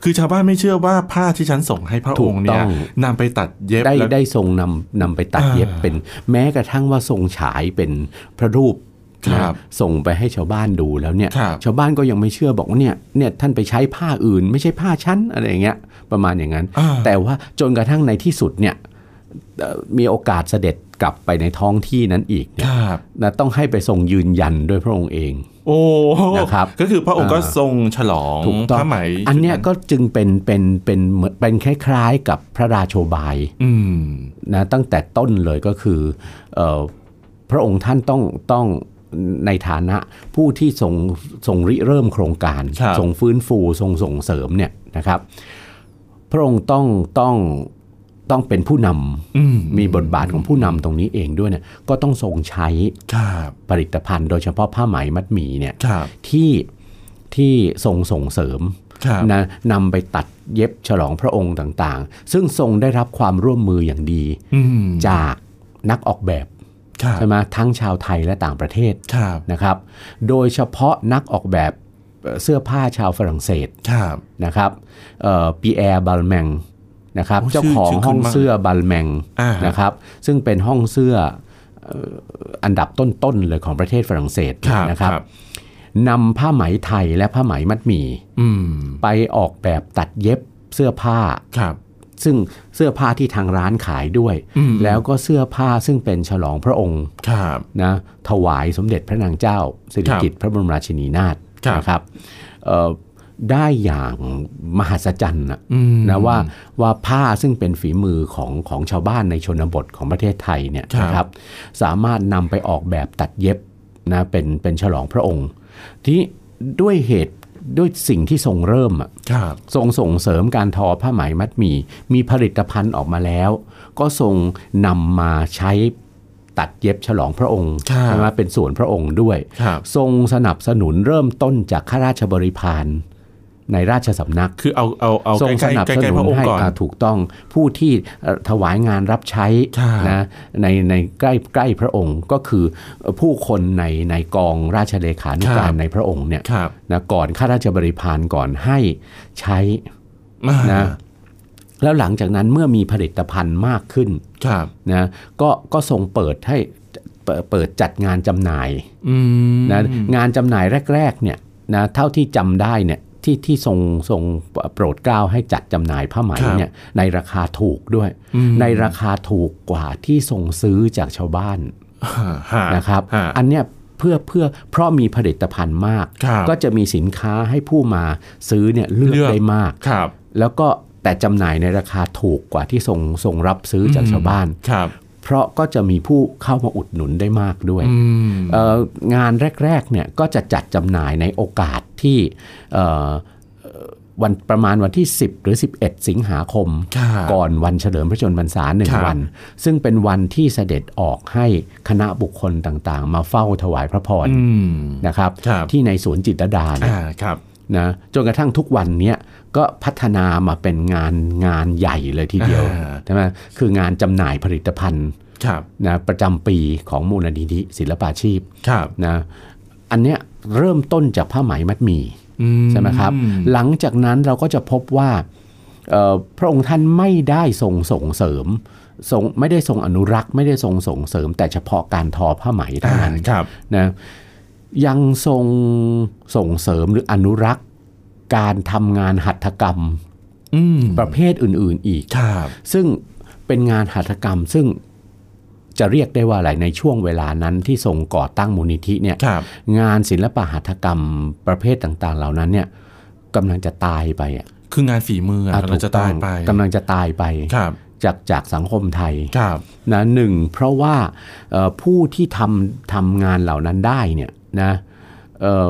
Speaker 2: คือชาวบ้านไม่เชื่อว่าผ้าที่ฉันส่งให้พระ
Speaker 3: ถู
Speaker 2: อก งค์เนี่
Speaker 3: ต้
Speaker 2: ย
Speaker 3: อง
Speaker 2: นำไปตัดเย็บ
Speaker 3: ได้
Speaker 2: แล้ว
Speaker 3: ได้ทรงนำนำไปตัดเย็บ
Speaker 2: อ่า
Speaker 3: เป็น แม้กระทั่งว่าทรงฉายเป็นพระรูปนะครับ ส่งไปให้ชาวบ้านดูแล้วเนี่ย
Speaker 2: ครับ
Speaker 3: ชาวบ้านก็ยังไม่เชื่อบอกว่าเนี่ยเนี่ยท่านไปใช้ผ้าอื่น ไม่ใช่ผ้าชั้นอะไรอย่างเงี้ยประมาณอย่างนั้น
Speaker 2: อ่า
Speaker 3: แต่ว่าจนกระทั่งในที่สุดเนี่ยเอ่อมีโอกาสเสด็จกลับไปในท้องที่นั้นอีกเนี่ย
Speaker 2: ครับ
Speaker 3: นะต้องให้ไปทรงยืนยันด้วยพระองค์เอง
Speaker 2: โอ้
Speaker 3: นะครับ
Speaker 2: ก็คือพระองค์ก็
Speaker 3: อ่า
Speaker 2: ทรงฉลอง
Speaker 3: ถูกต้อง
Speaker 2: ผ้าไหม
Speaker 3: อันเนี้ยก็จึงเป็นเป็นเป็นเหมือนเป็นคล้ายๆ กับพระราโชบาย
Speaker 2: อืม
Speaker 3: นะตั้งแต่ต้นเลยก็คือเออพระองค์ท่านต้องต้องในฐานะผู้ที่ทรงทรงริเริ่มโครงการ
Speaker 2: ครับ
Speaker 3: ทรงฟื้นฟูทรงส่งเสริมเนี่ยนะครับ พระองค์ต้องต้องต้องเป็นผู้น
Speaker 2: อืม
Speaker 3: ำมีบทบาทของผู้นำตรงนี้เองด้วยเนี่ยก็ต้องทรงใช้
Speaker 2: ครับ
Speaker 3: ผลิตภัณฑ์ โดยเฉพาะผ้าไหมมัดหมี่เนี่ย
Speaker 2: ครับ
Speaker 3: ที่ที่ทรงส่งเสริม
Speaker 2: ครับ
Speaker 3: นะนำไปตัดเย็บฉลองพระองค์ต่างๆ ซึ่งทรงได้รับความร่วมมืออย่างดี
Speaker 2: อืม
Speaker 3: จากนักออกแบบ
Speaker 2: ครับ
Speaker 3: ใช่ไหมทั้งชาวไทยและต่างประเทศ
Speaker 2: ครับ
Speaker 3: นะครับ โดยเฉพาะนักออกแบบเอ่อเสื้อผ้าชาวฝรั่งเศส
Speaker 2: ครับ
Speaker 3: นะครับปีแอร์บัลแมงนะครับ
Speaker 2: โอ้ชื่อ
Speaker 3: เจ้าของ
Speaker 2: ชื่อคุ้น
Speaker 3: ห้องเสื้อบัลแมง
Speaker 2: อ่าน
Speaker 3: นะครับ ซึ่งเป็นห้องเสื้อเอ่ออันดับต้นๆเลยของประเทศฝรั่งเศส
Speaker 2: ครับ
Speaker 3: นะครับ
Speaker 2: ครับ
Speaker 3: นำผ้าไหมไทยและผ้าไหมมัดหมี่
Speaker 2: อืม
Speaker 3: ไปออกแบบตัดเย็บเสื้อผ้า
Speaker 2: ครับ
Speaker 3: ซึ่งเสื้อผ้าที่ทางร้านขายด้วย
Speaker 2: อืม
Speaker 3: แล้วก็เสื้อผ้าซึ่งเป็นฉลองพระองค์
Speaker 2: ครับ
Speaker 3: นะถวายสมเด็จพระนางเจ้าสิริกิติ์พระบรมราชินีนาถ
Speaker 2: ครับ
Speaker 3: นะครับเอ่อได้อย่างมหัศจรรย์นะ
Speaker 2: อืม
Speaker 3: นะว่าว่าผ้าซึ่งเป็นฝีมือของของชาวบ้านในชนบทของประเทศไทยเนี่ยนะครับสามารถนำไปออกแบบตัดเย็บนะเป็นเป็นฉลองพระองค์ ที่ด้วยเหตุด้วยสิ่งที่ทรงเริ่มอะ
Speaker 2: ครับ
Speaker 3: ทรงส่งเสริมการทอผ้าไหมมัดหมี่มีผลิตภัณฑ์ออกมาแล้ว ก็ทรงนำมาใช้ตัดเย็บฉลองพระองค์ใช่ไหมเป็นส่วนพระองค์ด้วย
Speaker 2: ครับ
Speaker 3: ทรงสนับสนุนเริ่มต้นจากข้าราชบริพารในราชสำนัก
Speaker 2: คือเอาเอาเอา
Speaker 3: ทรง
Speaker 2: ใก
Speaker 3: ส
Speaker 2: ล้
Speaker 3: นับ
Speaker 2: ๆใก
Speaker 3: ส
Speaker 2: ล้
Speaker 3: นุ
Speaker 2: ๆพ
Speaker 3: น
Speaker 2: ระอง
Speaker 3: ให้
Speaker 2: ค์ก่อน
Speaker 3: อ่าถูกต้องผู้ที่เอ่อถวายงานรับใช้
Speaker 2: ครับ
Speaker 3: นะในในใกล้ใกล้พระองค์ก็คือผู้คนในในกองราชเลขานุการ
Speaker 2: ครับ
Speaker 3: ในพระองค์เนี่ย
Speaker 2: ครับ
Speaker 3: นะก่อนข้าราชบริพารก่อนให้ใช้
Speaker 2: อ่า
Speaker 3: นะแล้วหลังจากนั้นเมื่อมีผลิตภัณฑ์มากขึ้น
Speaker 2: ครับ
Speaker 3: นะก็ก็ส่งเปิดให้เปิดเปิดจัดงานจำหน่าย
Speaker 2: อืม
Speaker 3: นะงานจำหน่ายแรกๆเนี่ยนะเท่าที่จำได้เนี่ยที่ที่ทรงทรงโปรดเกล้าให้จัดจำหน่ายผ้าไหมเนี่ยในราคาถูกด้วย ในราคาถูกกว่าที่ทรงซื้อจากชาวบ้าน
Speaker 2: ฮะ
Speaker 3: นะครับ
Speaker 2: ฮะ
Speaker 3: อันเนี้ย เพื่อเพื่อเพราะมีผลิตภัณฑ์มาก
Speaker 2: ครับ
Speaker 3: ก็จะมีสินค้าให้ผู้มาซื้อเนี่ยเลือก
Speaker 2: เลือก
Speaker 3: ได้มาก
Speaker 2: ครับ
Speaker 3: แล้วก็แต่จำหน่ายในราคาถูกกว่าที่ส่งส่งรับซื้อจากชาวบ้าน
Speaker 2: ครับ
Speaker 3: เพราะก็จะมีผู้เข้ามาอุดหนุนได้มากด้วย
Speaker 2: อืม
Speaker 3: เอ่องานแรกๆเนี่ยก็จะจัดจำหน่ายในโอกาสที่เอ่อเอ่อวันประมาณวันที่ 10 หรือ 11 สิงหาคม
Speaker 2: ครับ
Speaker 3: ก่อนวันเฉลิมพระชนมพรรษาหนึ่ง
Speaker 2: ครับ
Speaker 3: วัน ซึ่งเป็นวันที่เสด็จออกให้คณะบุคคลต่างๆ มาเฝ้าถวายพระพร
Speaker 2: อืม
Speaker 3: นะครับ
Speaker 2: ครับ
Speaker 3: ที่ในสวนจิตรลดาเนี่ย
Speaker 2: อ่าครับ
Speaker 3: นะจนกระทั่งทุกวันเนี้ยก็พัฒนามาเป็นงานงานใหญ่เลยทีเดียว
Speaker 2: อ่า
Speaker 3: ใช่ไหมคืองานจำหน่ายผลิตภัณฑ์
Speaker 2: ครับ
Speaker 3: นะประจำปีของมูลนิธิศิลปาชีพ
Speaker 2: ครับ
Speaker 3: นะอันเนี้ยเริ่มต้นจากผ้าไหมมัดหมี
Speaker 2: อื
Speaker 3: ใช่ไหมครับ หลังจากนั้นเราก็จะพบว่าเอ่อพระองค์ท่านไม่ได้ทรงส่งเสริมทรงไม่ได้ทรงอนุรักษ์ ไม่ได้ทรงส่งเสริม แต่เฉพาะการทอผ้าไหมเท่า
Speaker 2: อ่า
Speaker 3: นั้น
Speaker 2: ครับ
Speaker 3: นะยังทรงส่งเสริมหรืออนุรักษ์ การทำงานหัตถกรรม
Speaker 2: อืม
Speaker 3: ประเภทอื่นๆอีก
Speaker 2: ครับ
Speaker 3: ซึ่งเป็นงานหัตถกรรมซึ่งจะเรียกได้ว่าอะไรในช่วงเวลานั้นที่ทรงก่อตั้งมูลนิธิเนี่ย
Speaker 2: ครับ
Speaker 3: งานศิลปหัตถกรรมประเภทต่างๆ เหล่านั้นเนี่ยกำลังจะตายไปอ่ะ
Speaker 2: คืองานฝีมืออะ
Speaker 3: อ่
Speaker 2: เราจะตายไป
Speaker 3: กำลังจะตายไป
Speaker 2: ครับ
Speaker 3: จากจากสังคมไทย
Speaker 2: ครับ
Speaker 3: นะหนึ่งเพราะว่าเอ่อผู้ที่ทำทำงานเหล่านั้นได้เนี่ยนะเอ่อ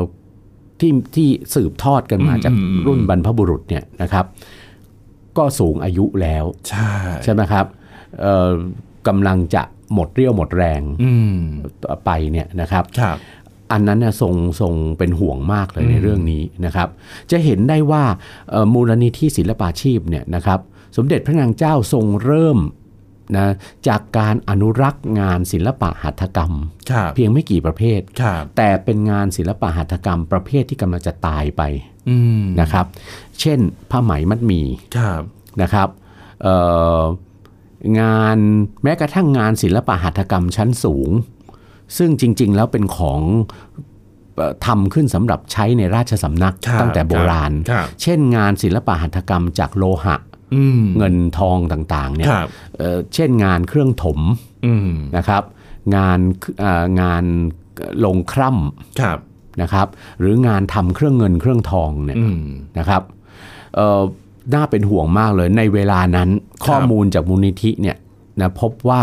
Speaker 3: ที่ที่สืบทอดกันมา
Speaker 2: อืม
Speaker 3: จาก
Speaker 2: อืมอืม
Speaker 3: รุ่นบรรพบุรุษเนี่ยนะครับ ก็สูงอายุแล้ว
Speaker 2: ใช่
Speaker 3: ใช่ไหมครับเอ่อกำลังจะหมดเรี่ยวหมดแรง
Speaker 2: อืม
Speaker 3: ไปเนี่ยนะครับ
Speaker 2: ครับ
Speaker 3: อันนั้นนะทรงทรงเป็นห่วงมากเลยในเรื่องนี้นะครับ จะเห็นได้ว่าเอ่อมูลนิธิศิลปาชีพเนี่ยนะครับ สมเด็จพระนางเจ้าทรงเริ่มนะจากการอนุรักษ์งานศิลปะหัตถกรรม
Speaker 2: ครับ
Speaker 3: เพียงไม่กี่ประเภท
Speaker 2: ครับ
Speaker 3: แต่เป็นงานศิลปะหัตถกรรมประเภทที่กำลังจะตายไป
Speaker 2: อืม
Speaker 3: นะครับ เช่นผ้าไหมมัดหมี่
Speaker 2: ครับ
Speaker 3: นะครับเอ่องานแม้กระทั่งงานศิลปหัตถกรรมชั้นสูง ซึ่งจริงๆแล้วเป็นของเอ่อทำขึ้นสำหรับใช้ในราชสำนัก
Speaker 2: ครับ
Speaker 3: ตั้งแต่โบราณ
Speaker 2: ครับ
Speaker 3: เช่นงานศิลปหัตถกรรมจากโลหะ
Speaker 2: อืม
Speaker 3: เงินทองต่างๆเนี่ย
Speaker 2: ครับ
Speaker 3: เอ่อเช่นงานเครื่องถม
Speaker 2: อืม
Speaker 3: นะครับ งานเอ่องานลงคร่
Speaker 2: ครับ
Speaker 3: ำนะครับ หรืองานทำเครื่องเงินเครื่องทองเนี่ย
Speaker 2: อืม
Speaker 3: นะครับเอ่อน่าเป็นห่วงมากเลยในเวลานั้นข้อมูลจากมูลนิธิเนี่ยนะพบว่า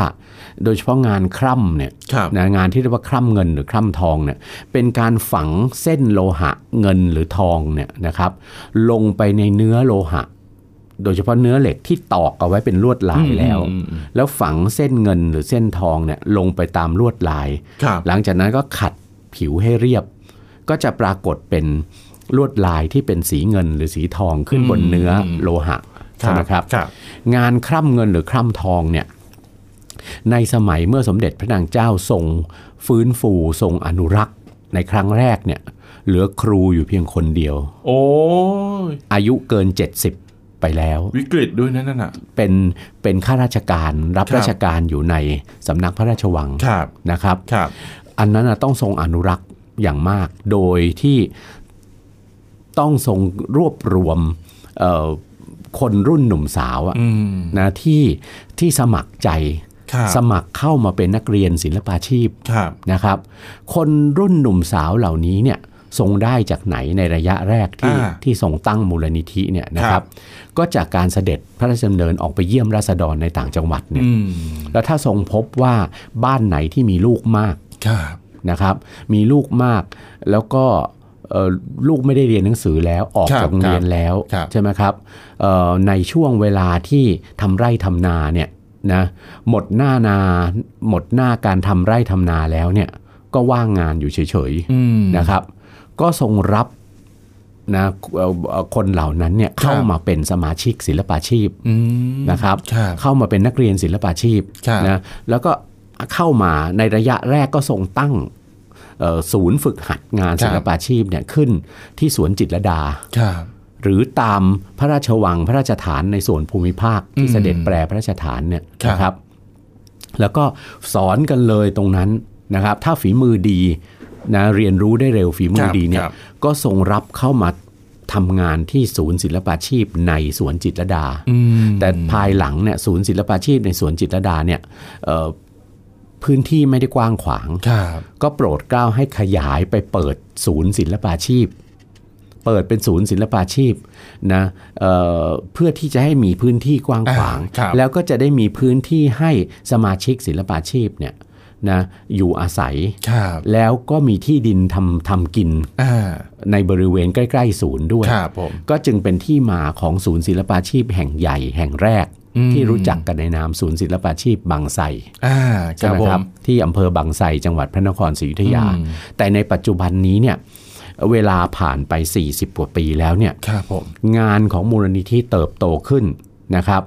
Speaker 3: โดยเฉพาะงานคร่ำเนี่ย
Speaker 2: ครับ
Speaker 3: นะงานที่เรียกว่าคร่ำเงินหรือคร่ำทองเนี่ยเป็นการฝังเส้นโลหะเงินหรือทองเนี่ยนะครับลงไปในเนื้อโลหะ โดยเฉพาะเนื้อเหล็กที่ตอกเอาไว้เป็นลวดลายแล้ว
Speaker 2: อืมอืมอืม
Speaker 3: แล้วฝังเส้นเงินหรือเส้นทองเนี่ยลงไปตามลวดลาย
Speaker 2: ครับ
Speaker 3: หลังจากนั้นก็ขัดผิวให้เรียบ ก็จะปรากฏเป็นลวดลายที่เป็นสีเงินหรือสีทองขึ้นบนเนื้อโลหะใช่ไหมครับ
Speaker 2: ครับ
Speaker 3: งานคร่ำเงินหรือคร่ำทองเนี่ยในสมัยเมื่อสมเด็จพระนางเจ้าทรงฟื้นฟูทรงอนุรักษ์ในครั้งแรกเนี่ยเหลือครูอยู่เพียงคนเดียว
Speaker 2: โอ้ย
Speaker 3: อายุเกิน 70 ไปแล้ว
Speaker 2: วิกฤตด้วยนะนั่นน่ะ
Speaker 3: เป็นเป็นข้าราชการรับ
Speaker 2: ครับ
Speaker 3: ราชการอยู่ในสำนักพระราชวัง
Speaker 2: ครับ
Speaker 3: นะครับ
Speaker 2: ครับ
Speaker 3: อันนั้นนะต้องทรงอนุรักษ์อย่างมาก โดยที่ต้องทรงรวบรวมเอ่อคนรุ่นหนุ่มสาวอะ
Speaker 2: อืม
Speaker 3: นะที่ที่สมัครใจ
Speaker 2: ครับ
Speaker 3: สมัครเข้ามาเป็นนักเรียนศิลปาชีพ
Speaker 2: ครับ
Speaker 3: นะครับ คนรุ่นหนุ่มสาวเหล่านี้เนี่ยทรงได้จากไหนในระยะแรกที่
Speaker 2: อ่า
Speaker 3: ที่ทรงตั้งมูลนิธิเนี่ยนะค
Speaker 2: ครั
Speaker 3: รับ
Speaker 2: บ
Speaker 3: ก็จากการเสด็จพระราชดำเนินออกไปเยี่ยมราษฎรในต่างจังหวัดเนี่ย
Speaker 2: อืม
Speaker 3: แล้วถ้าทรงพบว่าบ้านไหนที่มีลูกมาก
Speaker 2: ครับ
Speaker 3: นะครับมีลูกมากแล้วก็เอ่อลูกไม่ได้เรียนหนังสือแล้วออก
Speaker 2: ครับ
Speaker 3: จากโรงเรียน
Speaker 2: ครับ
Speaker 3: แล้ว
Speaker 2: ครับ
Speaker 3: ใช่ไหมครับเอ่อในช่วงเวลาที่ทำไร่ทำนาเนี่ยนะหมดหน้านา หมดหน้าการทำไร่ทำนาแล้วเนี่ยก็ว่างงานอยู่เฉย
Speaker 2: อืม
Speaker 3: ๆนะครับ ก็ทรงรับนะเอ่อเอ่อคนเหล่านั้นเนี่
Speaker 2: ค
Speaker 3: ย
Speaker 2: รับ
Speaker 3: เข้ามาเป็นสมาชิกศิลปาชีพ
Speaker 2: อืม
Speaker 3: นะครับ
Speaker 2: ครับ
Speaker 3: เข้ามาเป็นนักเรียนศิลปาชีพ
Speaker 2: ครับ
Speaker 3: นะแล้วก็เข้ามาในระยะแรกก็ทรงตั้งเอ่อศูนย์ฝึกหัดงา
Speaker 2: ค
Speaker 3: น
Speaker 2: รับ
Speaker 3: ศิลปาชีพเนี่ยขึ้นที่สวนจิตรลดา
Speaker 2: ครับ
Speaker 3: หรือตามพระราชวังพระราชฐานในส่วนภูมิภาคที่เสด็จแปรพระราชฐานเนี่ยนะครับ แล้วก็สอนกันเลยตรงนั้นนะครับ ถ้าฝีมือดีนะเรียนรู้ได้เร็วฝีมื
Speaker 2: ค
Speaker 3: อ
Speaker 2: รับ
Speaker 3: ดีเนี่
Speaker 2: ค
Speaker 3: ย
Speaker 2: รับ
Speaker 3: ก็ทรงรับเข้ามาทำงานที่ศูนย์ศิลปาชีพในสวนจิตรลดา
Speaker 2: อืม
Speaker 3: แต่ภายหลังเนี่ยศูนย์ศิลปาชีพในสวนจิตรลดาเนี่ยเอ่อ พื้นที่ไม่ได้กว้างขวาง
Speaker 2: ครับ
Speaker 3: ก็โปรดเกล้าให้ขยายไปเปิดศูนย์ศิลปาชีพ เปิดเป็นศูนย์ศิลปาชีพนะเอ่อเพื่อที่จะให้มีพื้นที่กว้างขวาง
Speaker 2: อ่าครับ
Speaker 3: แล้วก็จะได้มีพื้นที่ให้สมาชิกศิลปาชีพเนี่ยนะอยู่อาศัย
Speaker 2: ครับ
Speaker 3: แล้วก็มีที่ดินทำทำกิน
Speaker 2: อ่า
Speaker 3: ในบริเวณใกล้ ๆ ศูนย์ด้วย
Speaker 2: ครับผม
Speaker 3: ก็จึงเป็นที่มาของศูนย์ศิลปาชีพแห่งใหญ่แห่งแรก
Speaker 2: อืม
Speaker 3: ที่รู้จักกันในนามศูนย์ศิลปาชีพบางไทร
Speaker 2: อ่าค
Speaker 3: ใช่
Speaker 2: รับ
Speaker 3: ไหม
Speaker 2: ผ
Speaker 3: ครั
Speaker 2: ม
Speaker 3: บที่อำเภอบางไทรจังหวัดพระนครศรีอยุธยา
Speaker 2: อืม
Speaker 3: แต่ในปัจจุบันนี้เนี่ยเวลาผ่านไป 40 กว่าปีแล้วเนี่ย
Speaker 2: ครับผม
Speaker 3: งานของมูลนิธิเติบโตขึ้นนะครับ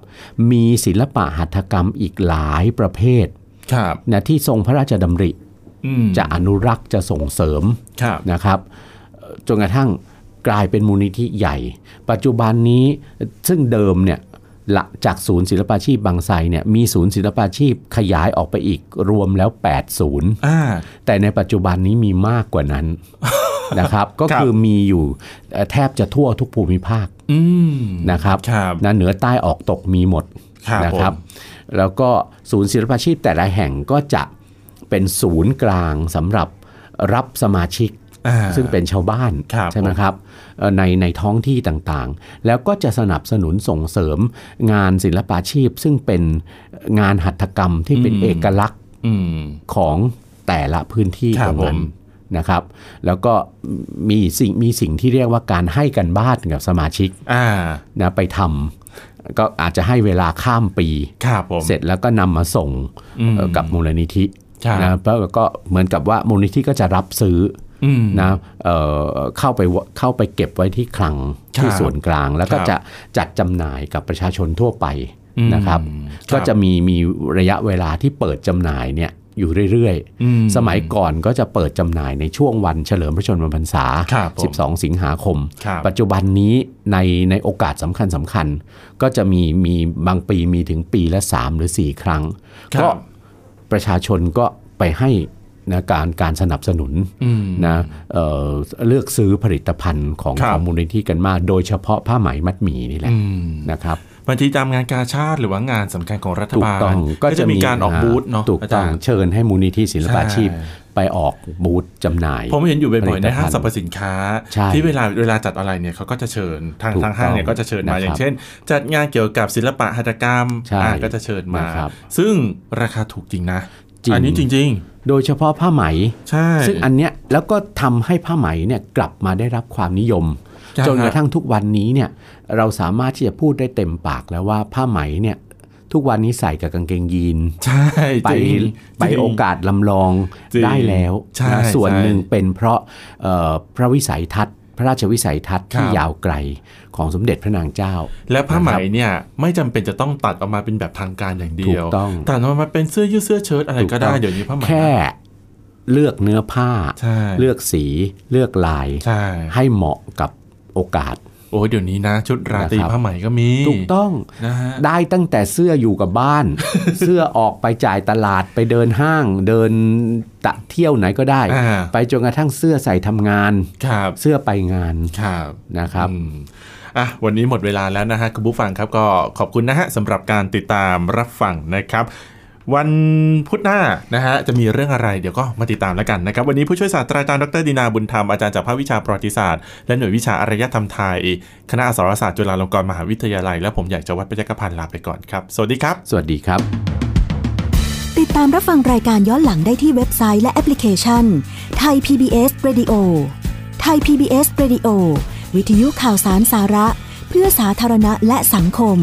Speaker 3: มีศิลปะหัตถกรรมอีกหลายประเภท
Speaker 2: ครับ
Speaker 3: นะที่ทรงพระราชดำริ
Speaker 2: อืม
Speaker 3: จะอนุรักษ์จะส่งเสริม
Speaker 2: ครับ
Speaker 3: นะครับเอ่อจนกระทั่งกลายเป็นมูลนิธิใหญ่ ปัจจุบันนี้ซึ่งเดิมเนี่ยละจากศูนย์ศิลปาชีพบางไทรเนี่ยมีศูนย์ศิลปาชีพขยายออกไปอีกรวมแล้ว 8 ศูนย์
Speaker 2: อ่า
Speaker 3: แต่ในปัจจุบันนี้มีมากกว่านั้น นะครับ ก็
Speaker 2: ครับ
Speaker 3: คือมีอยู่เอ่อแทบจะทั่วทุกภูมิภาค
Speaker 2: อืม
Speaker 3: นะครับ
Speaker 2: ครับ
Speaker 3: นะเหนือใต้ออกตกมีหมด
Speaker 2: ครับ
Speaker 3: นะ
Speaker 2: ผ
Speaker 3: ครั
Speaker 2: ม
Speaker 3: บแล้วก็ศูนย์ศิลปาชีพแต่ละแห่งก็จะเป็นศูนย์กลางสำหรับรับสมาชิก
Speaker 2: อ่า
Speaker 3: ซึ่งเป็นชาวบ้าน
Speaker 2: ครับ
Speaker 3: ใช่ไหม
Speaker 2: ผม
Speaker 3: ครับเอ่อในในท้องที่ต่างๆ แล้วก็จะสนับสนุนส่งเสริมงานศิลปาชีพ ซึ่งเป็นงานหัตถกรรมที่เป็นเอกลักษณ์
Speaker 2: อืม
Speaker 3: ของแต่ละพื้นที่
Speaker 2: ครั
Speaker 3: ต
Speaker 2: บ
Speaker 3: รงนั้
Speaker 2: ผ
Speaker 3: น
Speaker 2: ม
Speaker 3: นะครับ แล้วก็มีสิ่งมีสิ่งที่เรียกว่าการให้กันบ้านกับสมาชิก
Speaker 2: อ่า
Speaker 3: นะไปทำก็อาจจะให้เวลาข้ามปี
Speaker 2: ครับผม
Speaker 3: เสร็จแล้วก็นำมาส่ง
Speaker 2: อืม
Speaker 3: เอ่อกับมูลนิธิ
Speaker 2: ครับ
Speaker 3: นะแล้วก็เหมือนกับว่ามูลนิธิก็จะรับซื้อ
Speaker 2: อืม
Speaker 3: อนะเอ่อเข้าไปวเข้าไปเก็บไว้ที่คลังที่
Speaker 2: ครับ
Speaker 3: ส่วนกลาง แล้ว
Speaker 2: ค
Speaker 3: ก็
Speaker 2: รับ
Speaker 3: จะจัดจำหน่ายกับประชาชนทั่วไป
Speaker 2: อืม
Speaker 3: นะครับ
Speaker 2: ครับ
Speaker 3: ก็จะมีมีระยะเวลาที่เปิดจำหน่ายเนี่ยอยู่เรื่อย
Speaker 2: อื
Speaker 3: ๆ สมัยก่อนก็จะเปิดจำหน่ายในช่วงวันเฉลิมพระชนมพรรษา
Speaker 2: ครับผม
Speaker 3: 12 สิงหาคม
Speaker 2: ครับ
Speaker 3: ปัจจุบันนี้ในในโอกาสสำคัญสำคัญก็จะมีมีบางปีมีถึงปีละ 3 หรือ 4 ครั้ง
Speaker 2: ครับ
Speaker 3: ก็ประชาชนก็ไปให้นะการการสนับสนุน
Speaker 2: อืม
Speaker 3: นะเอ่อเลือกซื้อผลิตภัณฑ์ของ
Speaker 2: ครั
Speaker 3: ข
Speaker 2: บ
Speaker 3: องมูลนิธิกันมาก โดยเฉพาะผ้าไหมมัดหมี่นี่แหละ
Speaker 2: อืม
Speaker 3: นะครับ
Speaker 2: บางทีตามงานกาชาติหรือว่างานสำคัญของรัฐ
Speaker 3: ถู
Speaker 2: บาก ล
Speaker 3: ต้อง
Speaker 2: ก็จะมีการออกบูธเนาะ
Speaker 3: ถูก
Speaker 2: อา
Speaker 3: ต้
Speaker 2: จา
Speaker 3: อง
Speaker 2: รย์
Speaker 3: เชิญให้มูลนิธิศิลปาชีพ
Speaker 2: ใช่
Speaker 3: ไปออกบูธจำหน่าย
Speaker 2: ผมเห็นอยู่บ่อยๆในห้าง
Speaker 3: ผลิตภัณฑ์
Speaker 2: สรรพสินค้า
Speaker 3: ใช่
Speaker 2: ที่เวลาเวลาจัดอะไรเนี่ยเขาก็จะเชิญทาง
Speaker 3: ถูก
Speaker 2: ทางห้างเนี่ย
Speaker 3: ต้อง
Speaker 2: ก็จะเชิญมา
Speaker 3: นะครับ
Speaker 2: อย่างเช่น จัดงานเกี่ยวกับศิลปะหัตถกรรม
Speaker 3: ใช่
Speaker 2: อ่าก็จะเชิญมา
Speaker 3: นะครับ
Speaker 2: ซึ่งราคาถูกจริงนะ
Speaker 3: จริง
Speaker 2: อันี้จริง
Speaker 3: โดยเฉพาะผ้าไหม
Speaker 2: ๆ ใช่
Speaker 3: ซึ่งอันเนี้ยแล้วก็ทำให้ผ้าไหมเนี่ยกลับมาได้รับความนิยม
Speaker 2: ใช่
Speaker 3: จนกระทั่งทุกวันนี้เนี่ยเราสามารถที่จะพูดได้เต็มปากแล้วว่าผ้าไหมเนี่ยทุกวันนี้ใส่กับกางเกงยีน
Speaker 2: ใช่
Speaker 3: ไป
Speaker 2: จริง
Speaker 3: ไป
Speaker 2: จริง
Speaker 3: โอกาสลำลอง
Speaker 2: จริง
Speaker 3: ได้แล้ว
Speaker 2: ใช่
Speaker 3: นะส่วน
Speaker 2: ใช่
Speaker 3: หนึ่งเป็นเพราะเอ่อพระวิสัยทัศน์ พระราชวิสัยทัศน์ที่
Speaker 2: ครับ
Speaker 3: ยาวไกลของสมเด็จพระนางเจ้า
Speaker 2: และผ้าไหมเนี่ยไม่จำเป็นจะต้องตัดออกมาเป็นแบบทางการอย่างเดียว
Speaker 3: ถูกต้อง
Speaker 2: ตัดออกมาเป็นเสื้อยืดเสื้อเชิ้ตอะไรก็ได้เดี๋ยวนี้ผ้าไหม
Speaker 3: แค่เลือกเนื้อผ้า
Speaker 2: ใช่
Speaker 3: เลือกสีเลือกลาย
Speaker 2: ใช่
Speaker 3: ให้เหมาะกับโอกาส
Speaker 2: โอ้เดี๋ยวนี้นะ ชุดราตรี
Speaker 3: นะครับ
Speaker 2: ผ้าไหมก็มี
Speaker 3: ถูกต้อง
Speaker 2: นะฮะ
Speaker 3: ได้ตั้งแต่เสื้ออยู่กับบ้าน เสื้อออกไปจ่ายตลาดไปเดินห้าง เดินตะเที่ยวไหนก็ได้
Speaker 2: อ่า
Speaker 3: ไปจนกระทั่งเสื้อใส่ทำงาน
Speaker 2: ครับ
Speaker 3: เสื้อไปงาน
Speaker 2: ครับ
Speaker 3: นะครับ
Speaker 2: อืมอ่ะวันนี้หมดเวลาแล้วนะฮะคุณผู้ฟังครับก็ขอบคุณนะฮะสำหรับการติดตามรับฟังนะครับ วันพุธหน้านะฮะจะมีเรื่องอะไรเดี๋ยวก็มาติดตามแล้วกันนะครับ วันนี้ผู้ช่วยศาสตราจารย์ดรดินาบุญธรรมอาจารย์จากภาควิชาประวัติศาสตร์และหน่วยวิชาอารยธรรมไทย คณะอักษรศาสตร์จุฬาลงกรณ์มหาวิทยาลัย และผมใหญ่จวัฒน์ปัจจกพันธ์ลาไปก่อนครับสวัสดีครับ
Speaker 3: สวัสดีครับ
Speaker 1: ติดตามรับฟังรายการย้อนหลังได้ที่เว็บไซต์และแอปพลิเคชันไทย PBS Radio ไทย PBS Radio วิทยุข่าวสารสาระ เพื่อสาธารณะและสังคม